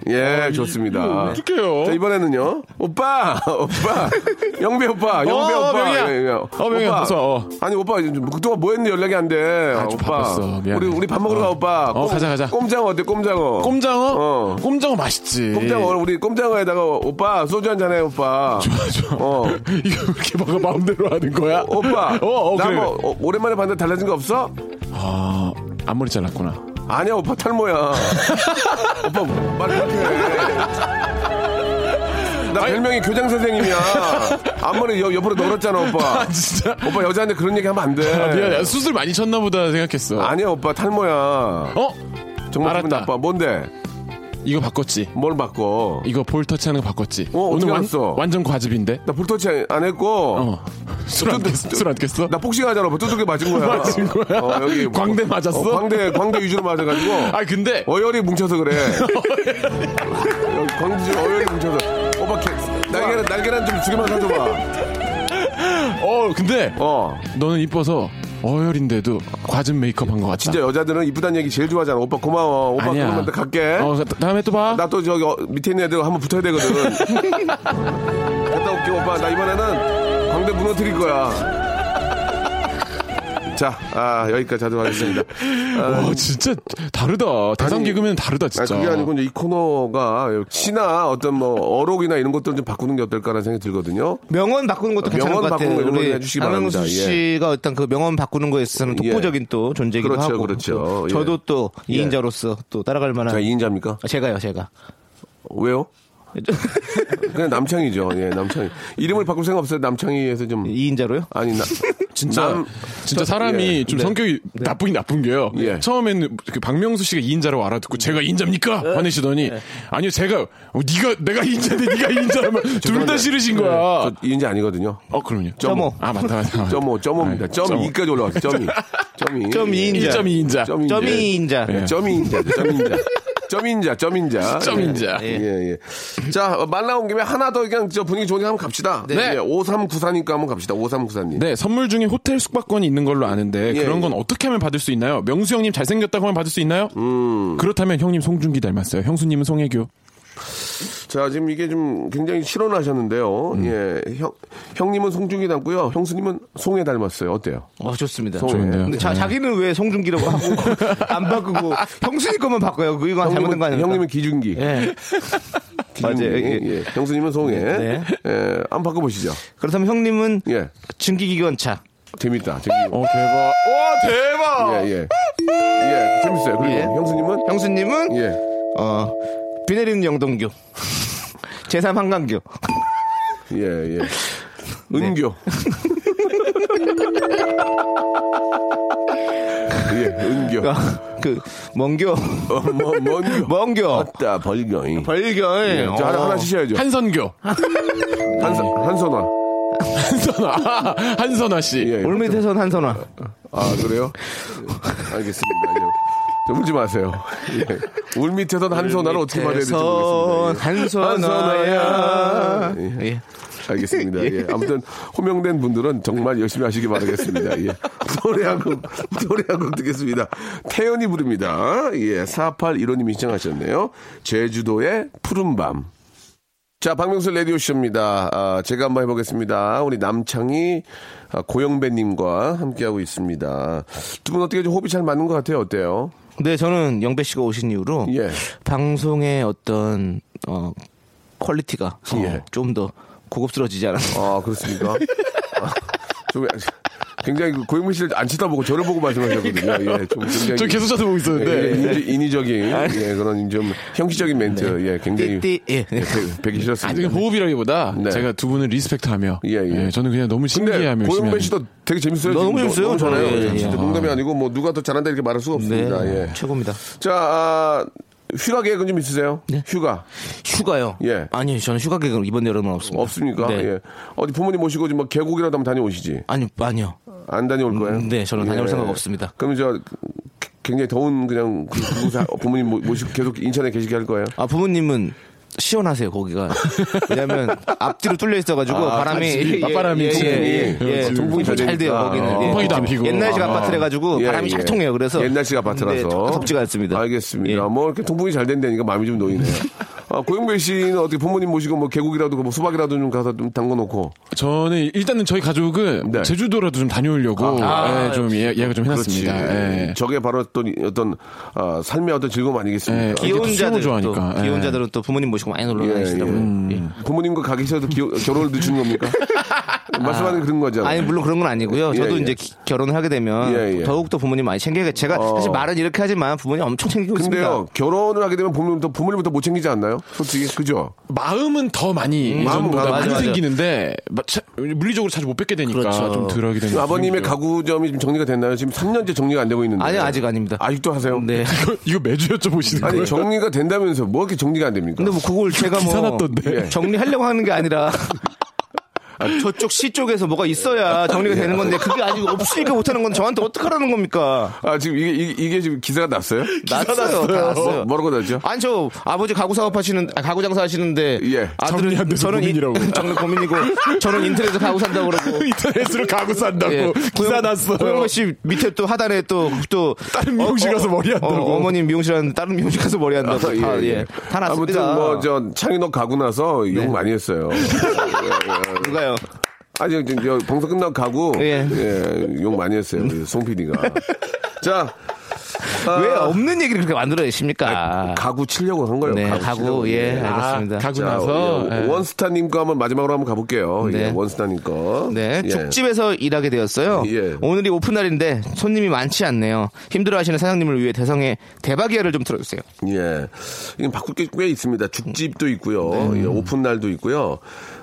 Speaker 5: 예, 좋습니다.
Speaker 4: 아, 어떡해요?
Speaker 5: 자, 이번에는 오빠, 오빠, 영배 오빠, 영배
Speaker 4: 어,
Speaker 5: 오빠.
Speaker 4: 명희야.
Speaker 5: 예, 예.
Speaker 4: 어, 명희야,
Speaker 5: 오빠.
Speaker 4: 무서워, 어.
Speaker 5: 아니, 오빠, 요즘 그동안 뭐 했는데 연락이 안 돼.
Speaker 4: 좀
Speaker 5: 오빠.
Speaker 4: 바빴어. 미안해.
Speaker 5: 우리, 우리 밥 먹으러 가,
Speaker 4: 어.
Speaker 5: 오빠.
Speaker 4: 어, 가자, 가자.
Speaker 5: 꼼장어 어때, 꼼장어?
Speaker 4: 꼼장어?
Speaker 5: 어.
Speaker 4: 꼼장어 맛있지
Speaker 5: 꼼장어, 우리 꼼장어에다가 오빠, 소주 한잔 해, 오빠.
Speaker 4: 좋아.
Speaker 5: 어.
Speaker 4: 이거 왜 이렇게 뭐가 마음대로 하는 거야?
Speaker 5: 오빠,
Speaker 4: 어, 어,
Speaker 5: 나
Speaker 4: 그래.
Speaker 5: 뭐, 어, 오랜만에 봤는데 달라진 거 없어?
Speaker 4: 아, 앞머리 잘랐구나.
Speaker 5: 아니야 오빠 탈모야. 오빠 말 못해. 나 별명이 교장 선생님이야. 앞머리 옆, 옆으로 널었잖아 오빠.
Speaker 4: 진짜?
Speaker 5: 오빠 여자한테 그런 얘기 하면 안 돼.
Speaker 4: 아, 미안. 수술 많이 쳤나 보다 생각했어.
Speaker 5: 네. 아니야 오빠 탈모야.
Speaker 4: 어?
Speaker 5: 정말
Speaker 4: 알았다.
Speaker 5: 기분 나빠. 뭔데?
Speaker 4: 이거 바꿨지.
Speaker 5: 뭘 바꿔?
Speaker 4: 이거 볼 터치하는 거 바꿨지.
Speaker 5: 어, 어떻게
Speaker 4: 오늘 완,
Speaker 5: 알았어?
Speaker 4: 완전 과즙인데.
Speaker 5: 나 불터치 안 했고
Speaker 4: 어. 술안 깼어? 술안 깼어?
Speaker 5: 나 복싱하잖아 오빠 두둑이 맞은 거야.
Speaker 4: 맞은 거야?
Speaker 5: 어, 여기 뭐-
Speaker 4: 광대 맞았어?
Speaker 5: 어, 광대 광대 위주로 맞아가지고.
Speaker 4: 아 근데
Speaker 5: 어혈이 뭉쳐서 그래. 여기 광주 어혈이 뭉쳐서. 오빠 개, 날계란 날계란 좀 두 개만 사줘봐.
Speaker 4: 어 근데
Speaker 5: 어.
Speaker 4: 너는 이뻐서 어혈인데도 과즙 메이크업 한 거 같다.
Speaker 5: 진짜 여자들은 이쁘다는 얘기 제일 좋아하잖아. 오빠 고마워. 오빠
Speaker 4: 아니야.
Speaker 5: 그러면 나 갈게.
Speaker 4: 어 다- 다음에 또 봐.
Speaker 5: 나 또 저기 어, 밑에 있는 애들 한번 붙어야 되거든. 갔다 올게 오빠. 나 이번에는 광대 무너뜨릴 거야. 자, 아 여기까지 하도록 하겠습니다. 아,
Speaker 4: 와 어, 진짜 다르다. 대상
Speaker 5: 아니,
Speaker 4: 개그맨 다르다
Speaker 5: 아,
Speaker 4: 진짜.
Speaker 5: 그게 아니고 이제 이 코너가 시나 어떤 뭐 어록이나 이런 것들을 좀 바꾸는 게 어떨까라는 생각이 들거든요.
Speaker 3: 명언 바꾸는 것도
Speaker 5: 명언
Speaker 3: 괜찮은 것
Speaker 5: 바꾸는 거
Speaker 3: 같아요.
Speaker 5: 이런 거
Speaker 3: 우리
Speaker 5: 해주시기
Speaker 3: 남영수
Speaker 5: 바랍니다. 예.
Speaker 3: 씨가 일단 그 명언 바꾸는 거에 있어서는
Speaker 5: 예.
Speaker 3: 독보적인 또 존재이기도
Speaker 5: 그렇죠,
Speaker 3: 하고.
Speaker 5: 그렇죠.
Speaker 3: 또
Speaker 5: 예.
Speaker 3: 저도 또 2인자로서 또 따라갈 만한.
Speaker 5: 자, 2인자입니까?
Speaker 3: 아, 제가요, 제가.
Speaker 5: 왜요? 그냥 남창이죠. 예, 남창이. 이름을 바꿀 생각 없어요. 남창이에서 좀
Speaker 3: 2인자로요?
Speaker 5: 아니 나
Speaker 4: 진짜
Speaker 5: 남-
Speaker 4: 진짜 사람이
Speaker 5: 예.
Speaker 4: 좀
Speaker 3: 네.
Speaker 4: 성격이 나쁘긴 나쁜 게요.
Speaker 5: 예.
Speaker 4: 처음에는 그 박명수 씨가 2인자라고 알아듣고 제가 2인자입니까? 화내시더니 아니요 제가 어, 네가 내가 2인자인데 네가 2인자라면 둘 다 싫으신 거야.
Speaker 5: 네. 저 2인자 아니거든요.
Speaker 4: 어 그럼요.
Speaker 3: 점오.
Speaker 4: 아 맞다 맞다.
Speaker 5: 점오, 점오입니다.
Speaker 4: 아이,
Speaker 5: 점이
Speaker 4: 점오.
Speaker 5: 2까지 올라왔어. 점이. 점이.
Speaker 3: 점이.
Speaker 4: 1.2인자.
Speaker 5: 점이.
Speaker 3: 점이인자.
Speaker 5: 네, 점이인자. 점인자. 점인자. 점인자.
Speaker 4: 점인자.
Speaker 5: 예, 예. 예. 자, 어, 말 나온 김에 하나 더 그냥 저 분위기 좋은 게 한번 갑시다.
Speaker 4: 네.
Speaker 5: 예, 5394니까 한번 갑시다. 5394님.
Speaker 4: 네, 선물 중에 호텔 숙박권이 있는 걸로 아는데
Speaker 5: 예,
Speaker 4: 그런
Speaker 5: 예.
Speaker 4: 건 어떻게 하면 받을 수 있나요? 명수 형님 잘생겼다고 하면 받을 수 있나요?
Speaker 5: 음.
Speaker 4: 그렇다면 형님 송중기 닮았어요. 형수님은 송혜교.
Speaker 5: 자, 지금 이게 좀 굉장히 실언하셨는데요.
Speaker 3: 음.
Speaker 5: 예. 형, 형님은 송중기 닮고요. 형수님은 송해 닮았어요. 어때요?
Speaker 3: 어, 좋습니다.
Speaker 4: 좋은데요.
Speaker 3: 근데
Speaker 5: 네.
Speaker 3: 자, 자기는 왜 송중기라고 하고 안 바꾸고 형수님 것만 바꿔요. 그 이거 잘못된 거 아니에요?
Speaker 5: 형님은 기준기.
Speaker 3: 예. 맞아요.
Speaker 5: 예,
Speaker 3: 예.
Speaker 5: 예. 형수님은 송해.
Speaker 3: 네.
Speaker 5: 예. 한번 바꿔보시죠.
Speaker 3: 그렇다면 형님은
Speaker 5: 예.
Speaker 3: 증기기관차.
Speaker 5: 재밌다. 재밌
Speaker 4: 어 대박.
Speaker 5: 예, 예. 예. 재밌어요. 그리고
Speaker 3: 예.
Speaker 5: 형수님은?
Speaker 3: 형수님은
Speaker 5: 예.
Speaker 3: 어, 비 내리는 영동교. 제3 한강교. 어,
Speaker 5: 예, 예. 은교. 예, 은교.
Speaker 3: 그 먼교.
Speaker 5: 어, 뭐, 먼교. 아,
Speaker 3: 먼교. 어.
Speaker 5: 맞다, 벌교잉.
Speaker 3: 벌견.
Speaker 5: 예, 저 하나, 하나 치셔야죠.
Speaker 4: 한선교.
Speaker 5: 한선, 한선화.
Speaker 4: 한선아. 한선아 씨.
Speaker 5: 예.
Speaker 3: 올밑에선 한선화.
Speaker 5: 아, 그래요? 예, 알겠습니다. 아니요. 좀 울지 마세요. 예. 울 밑에선 한선화를 어떻게 말해야 될지
Speaker 3: 선
Speaker 5: 모르겠습니다.
Speaker 3: 한선화야.
Speaker 5: 예.
Speaker 3: 예.
Speaker 5: 알겠습니다. 예. 아무튼 호명된 분들은 정말 열심히 하시기 바라겠습니다. 예. 노래 한곡 노래 한곡 듣겠습니다. 태연이 부릅니다. 예. 481호님이 시청하셨네요. 제주도의 푸른 밤. 자, 박명수 라디오 쇼입니다. 아, 제가 한번 해보겠습니다. 우리 남창희 아, 고영배님과 함께하고 있습니다. 두 분 어떻게 좀 호흡이 잘 맞는 것 같아요? 어때요?
Speaker 3: 네, 저는 영배 씨가 오신 이후로
Speaker 5: 예.
Speaker 3: 방송의 어떤 어, 퀄리티가 어,
Speaker 5: 예.
Speaker 3: 좀 더 고급스러워지지 않았나.
Speaker 5: 아 그렇습니까? 아, 좀 굉장히 그 고영민 씨를 안 쳐다보고 저를 보고 말씀하셨거든요. 예, 좀 굉장히
Speaker 4: 저 계속
Speaker 3: 네.
Speaker 4: 쳐다보고
Speaker 5: 예,
Speaker 4: 있었는데.
Speaker 5: 인위, 인위적인 예, 그런 좀 형식적인 멘트 예, 굉장히
Speaker 3: 아, 띠띠. 그 예.
Speaker 5: 배- 배기
Speaker 4: 아직
Speaker 5: 싫었습니다.
Speaker 4: 호흡이라기보다
Speaker 5: 네.
Speaker 4: 제가 두 분을 리스펙트하며
Speaker 5: 예, 예.
Speaker 4: 저는 그냥 너무
Speaker 5: 근데
Speaker 4: 신기해하며 열심히
Speaker 5: 고영배
Speaker 4: 하는-
Speaker 5: 씨도 되게 재밌어요.
Speaker 3: 너무
Speaker 5: 지금.
Speaker 3: 재밌어요.
Speaker 5: 좋아요.
Speaker 3: 저는.
Speaker 5: 예,
Speaker 3: 예,
Speaker 5: 진짜
Speaker 3: 예.
Speaker 5: 농담이 아니고 뭐 누가 더 잘한다 이렇게 말할 수가
Speaker 3: 네.
Speaker 5: 없습니다. 예.
Speaker 3: 최고입니다.
Speaker 5: 자, 아, 휴가 계획은 좀 있으세요?
Speaker 3: 네.
Speaker 5: 휴가
Speaker 3: 휴가요?
Speaker 5: 예.
Speaker 3: 아니요, 저는 휴가 계획은 이번 여름은 없습니다.
Speaker 5: 없습니까?
Speaker 3: 네.
Speaker 5: 예. 어디 부모님 모시고 지금 뭐 계곡이라도 한번 다녀오시지.
Speaker 3: 아니, 아니요.
Speaker 5: 안 다녀올 거예요?
Speaker 3: 음, 네, 저는 다녀올 생각 없습니다.
Speaker 5: 그럼 저 굉장히 더운 그냥 그- 그곳에 부모님 모- 모시고 계속 인천에 계시게 할 거예요?
Speaker 3: 아 부모님은 시원하세요 거기가 왜냐면 앞뒤로 뚫려 있어가지고
Speaker 5: 아,
Speaker 3: 바람이
Speaker 5: 집이,
Speaker 3: 예,
Speaker 4: 맞바람이
Speaker 3: 예, 예,
Speaker 4: 통풍이.
Speaker 3: 예, 예.
Speaker 5: 그렇지.
Speaker 3: 통풍이
Speaker 5: 잘
Speaker 3: 잘 돼요
Speaker 5: 되니까.
Speaker 3: 거기는 예.
Speaker 4: 곰팡이도 안 피고.
Speaker 3: 옛날식
Speaker 4: 아.
Speaker 3: 아파트래 가지고
Speaker 5: 예,
Speaker 3: 바람이
Speaker 5: 예.
Speaker 3: 잘 통해요 그래서
Speaker 5: 옛날식 아파트라서
Speaker 3: 네, 덥지가 않습니다
Speaker 5: 알겠습니다.
Speaker 3: 예.
Speaker 5: 뭐 이렇게 통풍이 잘 된다니까 마음이 좀 놓이네요. 아, 고영배 씨는 어떻게 부모님 모시고 뭐 계곡이라도 뭐 수박이라도 좀 가서 좀 담궈놓고.
Speaker 4: 저는 일단은 저희 가족은
Speaker 5: 네. 아,
Speaker 4: 제주도라도 좀 다녀오려고 예, 좀 예, 예약을 좀 해놨습니다. 예.
Speaker 5: 저게 바로 어떤, 어떤 어, 삶의 어떤 즐거움 아니겠습니까?
Speaker 4: 예.
Speaker 3: 귀여운
Speaker 4: 수영을
Speaker 3: 자들
Speaker 4: 좋아하니까.
Speaker 3: 또
Speaker 4: 예.
Speaker 3: 귀여운 자들은 또 부모님 모시고 많이 놀러
Speaker 5: 예,
Speaker 3: 다니시더라고요.
Speaker 5: 예.
Speaker 3: 예.
Speaker 5: 부모님과 가기 싫어도 기- 결혼을 늦추는 겁니까? 말씀하는 그런 거잖아요.
Speaker 3: 아니 물론 그런 건 아니고요.
Speaker 5: 예,
Speaker 3: 저도
Speaker 5: 예.
Speaker 3: 이제 기- 결혼을 하게 되면
Speaker 5: 예, 예.
Speaker 3: 더욱 더 부모님 많이 챙겨야 제가
Speaker 5: 어.
Speaker 3: 사실 말은 이렇게 하지만 부모님 엄청 챙기고
Speaker 5: 근데요,
Speaker 3: 있습니다.
Speaker 5: 결혼을 하게 되면 부모님부터, 부모님부터 못 챙기지 않나요? 솔직히, 그죠?
Speaker 4: 마음은 더 많이 예전보다
Speaker 5: 마음은
Speaker 4: 많이
Speaker 3: 맞아, 맞아.
Speaker 4: 생기는데 마- 차- 물리적으로 자주 못 뵙게 되니까
Speaker 3: 그렇죠.
Speaker 4: 좀 덜하게 되는
Speaker 5: 지금 아버님의
Speaker 4: 느낌이죠.
Speaker 5: 가구점이 지금 정리가 됐나요? 지금 3년째 정리가 안 되고 있는데.
Speaker 3: 아니 아직 네. 아닙니다.
Speaker 5: 아직도 하세요?
Speaker 3: 네.
Speaker 4: 이거, 이거 매주 여쭤보시는
Speaker 5: 아니,
Speaker 4: 거예요?
Speaker 5: 정리가 된다면서 뭐 이렇게 정리가 안 됩니까?
Speaker 3: 근데 뭐 그걸 제가
Speaker 4: 기사
Speaker 3: 뭐
Speaker 4: 났던데.
Speaker 5: 예.
Speaker 3: 정리하려고 하는 게 아니라 아, 저쪽 시 쪽에서 뭐가 있어야 정리가 되는 건데 그게 아직 없으니까 못하는 건 저한테 어떡하라는 겁니까?
Speaker 5: 아, 지금 이게, 이게, 이게 지금 기사가 났어요?
Speaker 3: 났어요, 다 났어요.
Speaker 5: 어, 뭐라고 났죠?
Speaker 3: 아니 저 아버지 가구 사업 하시는 아, 가구 장사 하시는데
Speaker 5: 예.
Speaker 4: 정리 안
Speaker 3: 아들은
Speaker 4: 돼서
Speaker 3: 저는 인-
Speaker 4: 고민이라고.
Speaker 3: 저는 고민이고 저는 인터넷에서 가구 산다고 그러고
Speaker 4: 인터넷으로 가구 산다고
Speaker 3: 예.
Speaker 4: 기사
Speaker 3: 고영-
Speaker 4: 났어요.
Speaker 3: 고영아 씨 밑에 또 하단에 또 또
Speaker 4: 다른 미용실 가서 머리 한다고.
Speaker 3: 어, 머님 미용실 하는데 다른 미용실 가서 머리 한다고.
Speaker 5: 아, 예,
Speaker 3: 다,
Speaker 5: 예.
Speaker 3: 예. 다 났습니다. 네.
Speaker 5: 아무튼 뭐 저 창인호 가고 나서 욕 많이 했어요. 예.
Speaker 3: 누가요?
Speaker 5: 아니 지금 저 방송 끝나고 가고
Speaker 3: 예.
Speaker 5: 예, 욕 많이 했어요. 우리 송 PD가. 자, 아,
Speaker 3: 왜 없는 얘기를 그렇게 만들어내십니까?
Speaker 5: 가구 치려고 한 거예요. 아,
Speaker 3: 네,
Speaker 5: 치려고.
Speaker 3: 가구 예, 알겠습니다.
Speaker 4: 아, 가고
Speaker 5: 자,
Speaker 4: 나서
Speaker 5: 예,
Speaker 4: 예.
Speaker 5: 원스타님 거 한번 마지막으로 한번 가볼게요.
Speaker 3: 네.
Speaker 5: 예, 원스타님 거.
Speaker 3: 네,
Speaker 5: 예.
Speaker 3: 족집에서 일하게 되었어요.
Speaker 5: 예.
Speaker 3: 오늘이 오픈 날인데 손님이 많지 않네요. 힘들어하시는 사장님을 위해 대성의 대박 이야를 좀 틀어주세요.
Speaker 5: 예. 이건 바꿀 게 꽤 있습니다. 죽집도 있고요.
Speaker 4: 네.
Speaker 5: 예, 오픈 날도 있고요.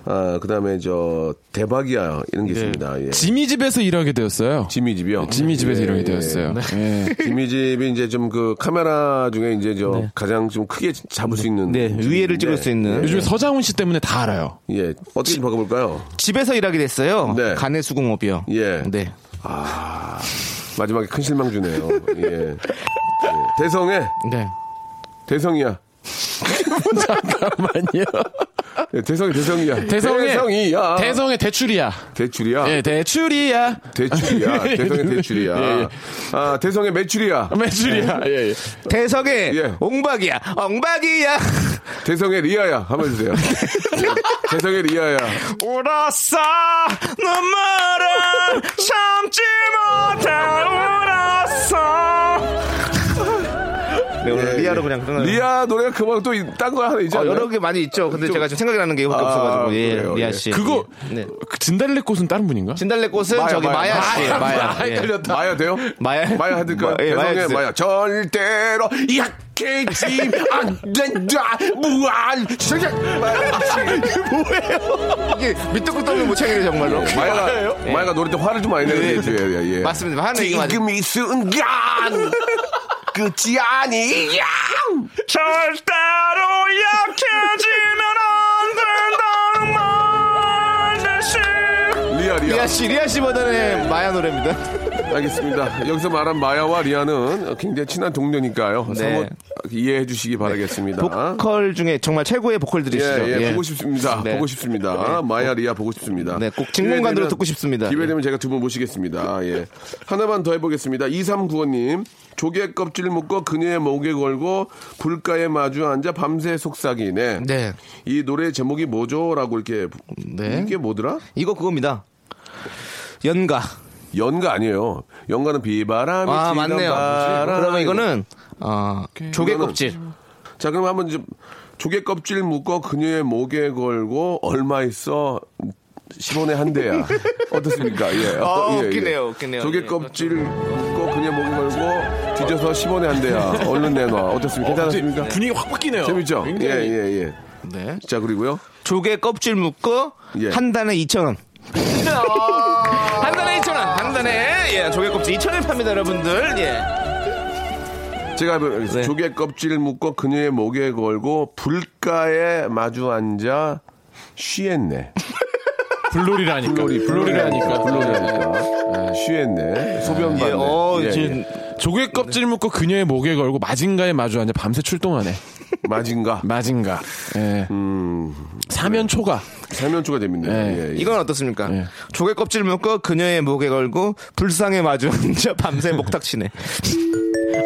Speaker 5: 아, 그 다음에 저 대박이야 이런 게 있습니다. 예.
Speaker 4: 네. 지미 집에서 일하게 되었어요.
Speaker 5: 지미 집이요.
Speaker 4: 지미 집에서
Speaker 5: 예,
Speaker 4: 일하게
Speaker 5: 예.
Speaker 4: 되었어요. 예.
Speaker 5: 지미 집이 이제 좀 그 카메라 중에 이제 저
Speaker 4: 네.
Speaker 5: 가장 좀 크게 잡을 수 있는
Speaker 3: 네, 위에를 찍을
Speaker 5: 네.
Speaker 3: 수 있는.
Speaker 4: 요즘에 서장훈 씨 때문에 다 알아요.
Speaker 5: 예 어떻게 좀 바꿔볼까요?
Speaker 3: 집에서 일하게 됐어요.
Speaker 5: 네.
Speaker 3: 간의 수공업이요.
Speaker 5: 예.
Speaker 3: 네.
Speaker 5: 마지막에 큰 실망 주네요. 예. 예. 대성에
Speaker 3: 네.
Speaker 5: 대성이야.
Speaker 4: 잠깐만요.
Speaker 5: 예, 대성이 대성이야.
Speaker 4: 대성의
Speaker 5: 대성이야.
Speaker 4: 대성의 대출이야.
Speaker 5: 대출이야.
Speaker 4: 예, 대출이야.
Speaker 5: 대출이야.
Speaker 4: 예,
Speaker 5: 대성의
Speaker 4: 예.
Speaker 5: 대출이야.
Speaker 4: 예, 예.
Speaker 5: 아 대성의 매출이야.
Speaker 4: 매출이야. 예, 예.
Speaker 3: 대성의
Speaker 5: 예.
Speaker 3: 옹박이야. 엉박이야.
Speaker 5: 대성의 리아야. 한번 해주세요. 대성의 리아야.
Speaker 3: 울었어 눈물은 참지 못해 울었어 네, 오늘
Speaker 5: 예,
Speaker 3: 리아로
Speaker 5: 예.
Speaker 3: 그냥 끊어요.
Speaker 5: 리아 노래가 그만 또딴거 하나 있지
Speaker 3: 어,
Speaker 5: 않나요?
Speaker 3: 여러 개 많이 있죠 근데
Speaker 5: 좀-
Speaker 3: 제가 지금 생각이 나는 게 이거밖에
Speaker 5: 아,
Speaker 3: 없어가지고 예,
Speaker 5: 그래요, 예.
Speaker 3: 리아 씨
Speaker 4: 그거
Speaker 3: 네.
Speaker 4: 그 진달래 꽃은 다른 분인가?
Speaker 3: 진달래꽃은
Speaker 5: 마야,
Speaker 3: 저기
Speaker 5: 마야.
Speaker 3: 마야
Speaker 5: 마야.
Speaker 3: 씨예요 마야 예.
Speaker 5: 헷갈렸다. 마야 돼요?
Speaker 3: 마야.
Speaker 5: 마야 하니까
Speaker 3: 마- 예, 마야
Speaker 5: 대성의
Speaker 3: 해주세요.
Speaker 5: 마야. 절대로 약해지 안 된다. 무한 시작.
Speaker 3: 이게 밑도 끝도 없는 모창이네 정말로
Speaker 5: 예. 마야가 마야가 노래 때 화를 좀 많이 내는데 예, 예, 예.
Speaker 3: 맞습니다 하는 얘기 맞
Speaker 5: 지금 이 순간 끝이 아니야. 절대로 약해지면 안 된다는 말 대신. 리아 리아.
Speaker 3: 리아 씨 리아 씨
Speaker 5: 예.
Speaker 3: 버전의 마야 노래입니다
Speaker 5: 알겠습니다. 여기서 말한 마야와 리아는 굉장히 친한 동료니까요.
Speaker 3: 네.
Speaker 5: 사뭇 이해해 주시기 바라겠습니다.
Speaker 3: 보컬 중에 정말 최고의 보컬들이시죠
Speaker 5: 예, 예, 보고 싶습니다.
Speaker 3: 네. 네.
Speaker 5: 보고 싶습니다. 마야 리아 보고 싶습니다.
Speaker 3: 네, 꼭 직문관으로
Speaker 5: 기회 되면-
Speaker 3: 듣고 싶습니다.
Speaker 5: 기회
Speaker 3: 예.
Speaker 5: 되면 제가 두 분 모시겠습니다. 예. 하나만 더 해보겠습니다. 2395님. 조개 껍질 묶어 그녀의 목에 걸고 불가에 마주 앉아 밤새 속삭이네.
Speaker 3: 네.
Speaker 5: 이 노래 제목이 뭐죠? 라고 이렇게.
Speaker 3: 네.
Speaker 5: 이게 뭐더라?
Speaker 3: 이거 그겁니다 연가
Speaker 5: 연가 아니에요. 연가는 비바람이
Speaker 3: 아
Speaker 5: 치던
Speaker 3: 맞네요.
Speaker 5: 바람.
Speaker 3: 그러면 이거는 어, 조개 껍질.
Speaker 5: 음. 자, 그럼 한번 좀 조개 껍질 묶어 그녀의 목에 걸고 얼마 있어? 10원에 한 대야. 어떻습니까? 예.
Speaker 3: 아,
Speaker 5: 예, 예.
Speaker 3: 웃기네요, 웃기네요.
Speaker 5: 조개
Speaker 3: 예,
Speaker 5: 껍질 묶어 그녀 목에 걸고 뒤져서 10원에 한 대야. 얼른 내놔. 어떻습니까? 괜찮습니까?
Speaker 4: 분위기 확 바뀌네요.
Speaker 5: 재밌죠? 예,
Speaker 4: 굉장히.
Speaker 5: 예, 예.
Speaker 3: 네.
Speaker 5: 자, 그리고요.
Speaker 3: 조개 껍질 묶어
Speaker 5: 예. 아.
Speaker 3: 한 단에 2천 원. 한 단에 2천 원. 한 단에 예, 조개 껍질 2천 원 팝니다, 여러분들. 예.
Speaker 5: 제가 해보겠습니다.
Speaker 3: 네.
Speaker 5: 조개 껍질 묶어 그녀의 목에 걸고 불가에 마주 앉아 쉬했네. 예,
Speaker 4: 불놀이라니까. 네.
Speaker 5: 불놀이,
Speaker 4: 불놀이라니까.
Speaker 5: 불놀이라니까. 예, 쉬했네. 소변 봤네.
Speaker 3: 예, 어, 지금
Speaker 4: 조개 껍질 묶고 그녀의 목에 걸고 마징가에 마주 앉아 밤새 출동하네.
Speaker 5: 맞은가?
Speaker 4: 마징가. 예.
Speaker 5: 음.
Speaker 4: 사면 초가.
Speaker 5: 세면초가 재밌네요. 예, 예.
Speaker 3: 이건 어떻습니까?
Speaker 4: 예.
Speaker 3: 조개 껍질 묶어 그녀의 목에 걸고 불상에 마주 앉아 밤새 목닥치네.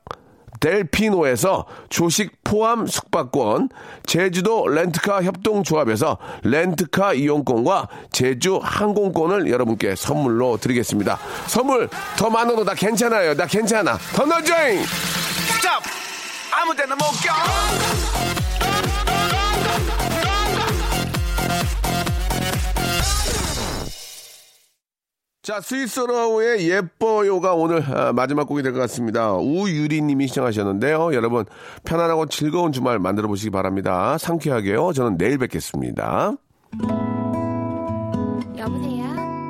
Speaker 5: 델피노에서 조식 포함 숙박권, 제주도 렌트카 협동조합에서 렌트카 이용권과 제주 항공권을 여러분께 선물로 드리겠습니다. 선물 더 많은 거 나 괜찮아요. 나 괜찮아. 더 넣어줘잉! 자, 스위스로우의 예뻐요가 오늘 아, 마지막 곡이 될 것 같습니다. 우유리 님이 시청하셨는데요. 여러분, 편안하고 즐거운 주말 만들어 보시기 바랍니다. 상쾌하게요. 저는 내일 뵙겠습니다.
Speaker 7: 여보세요?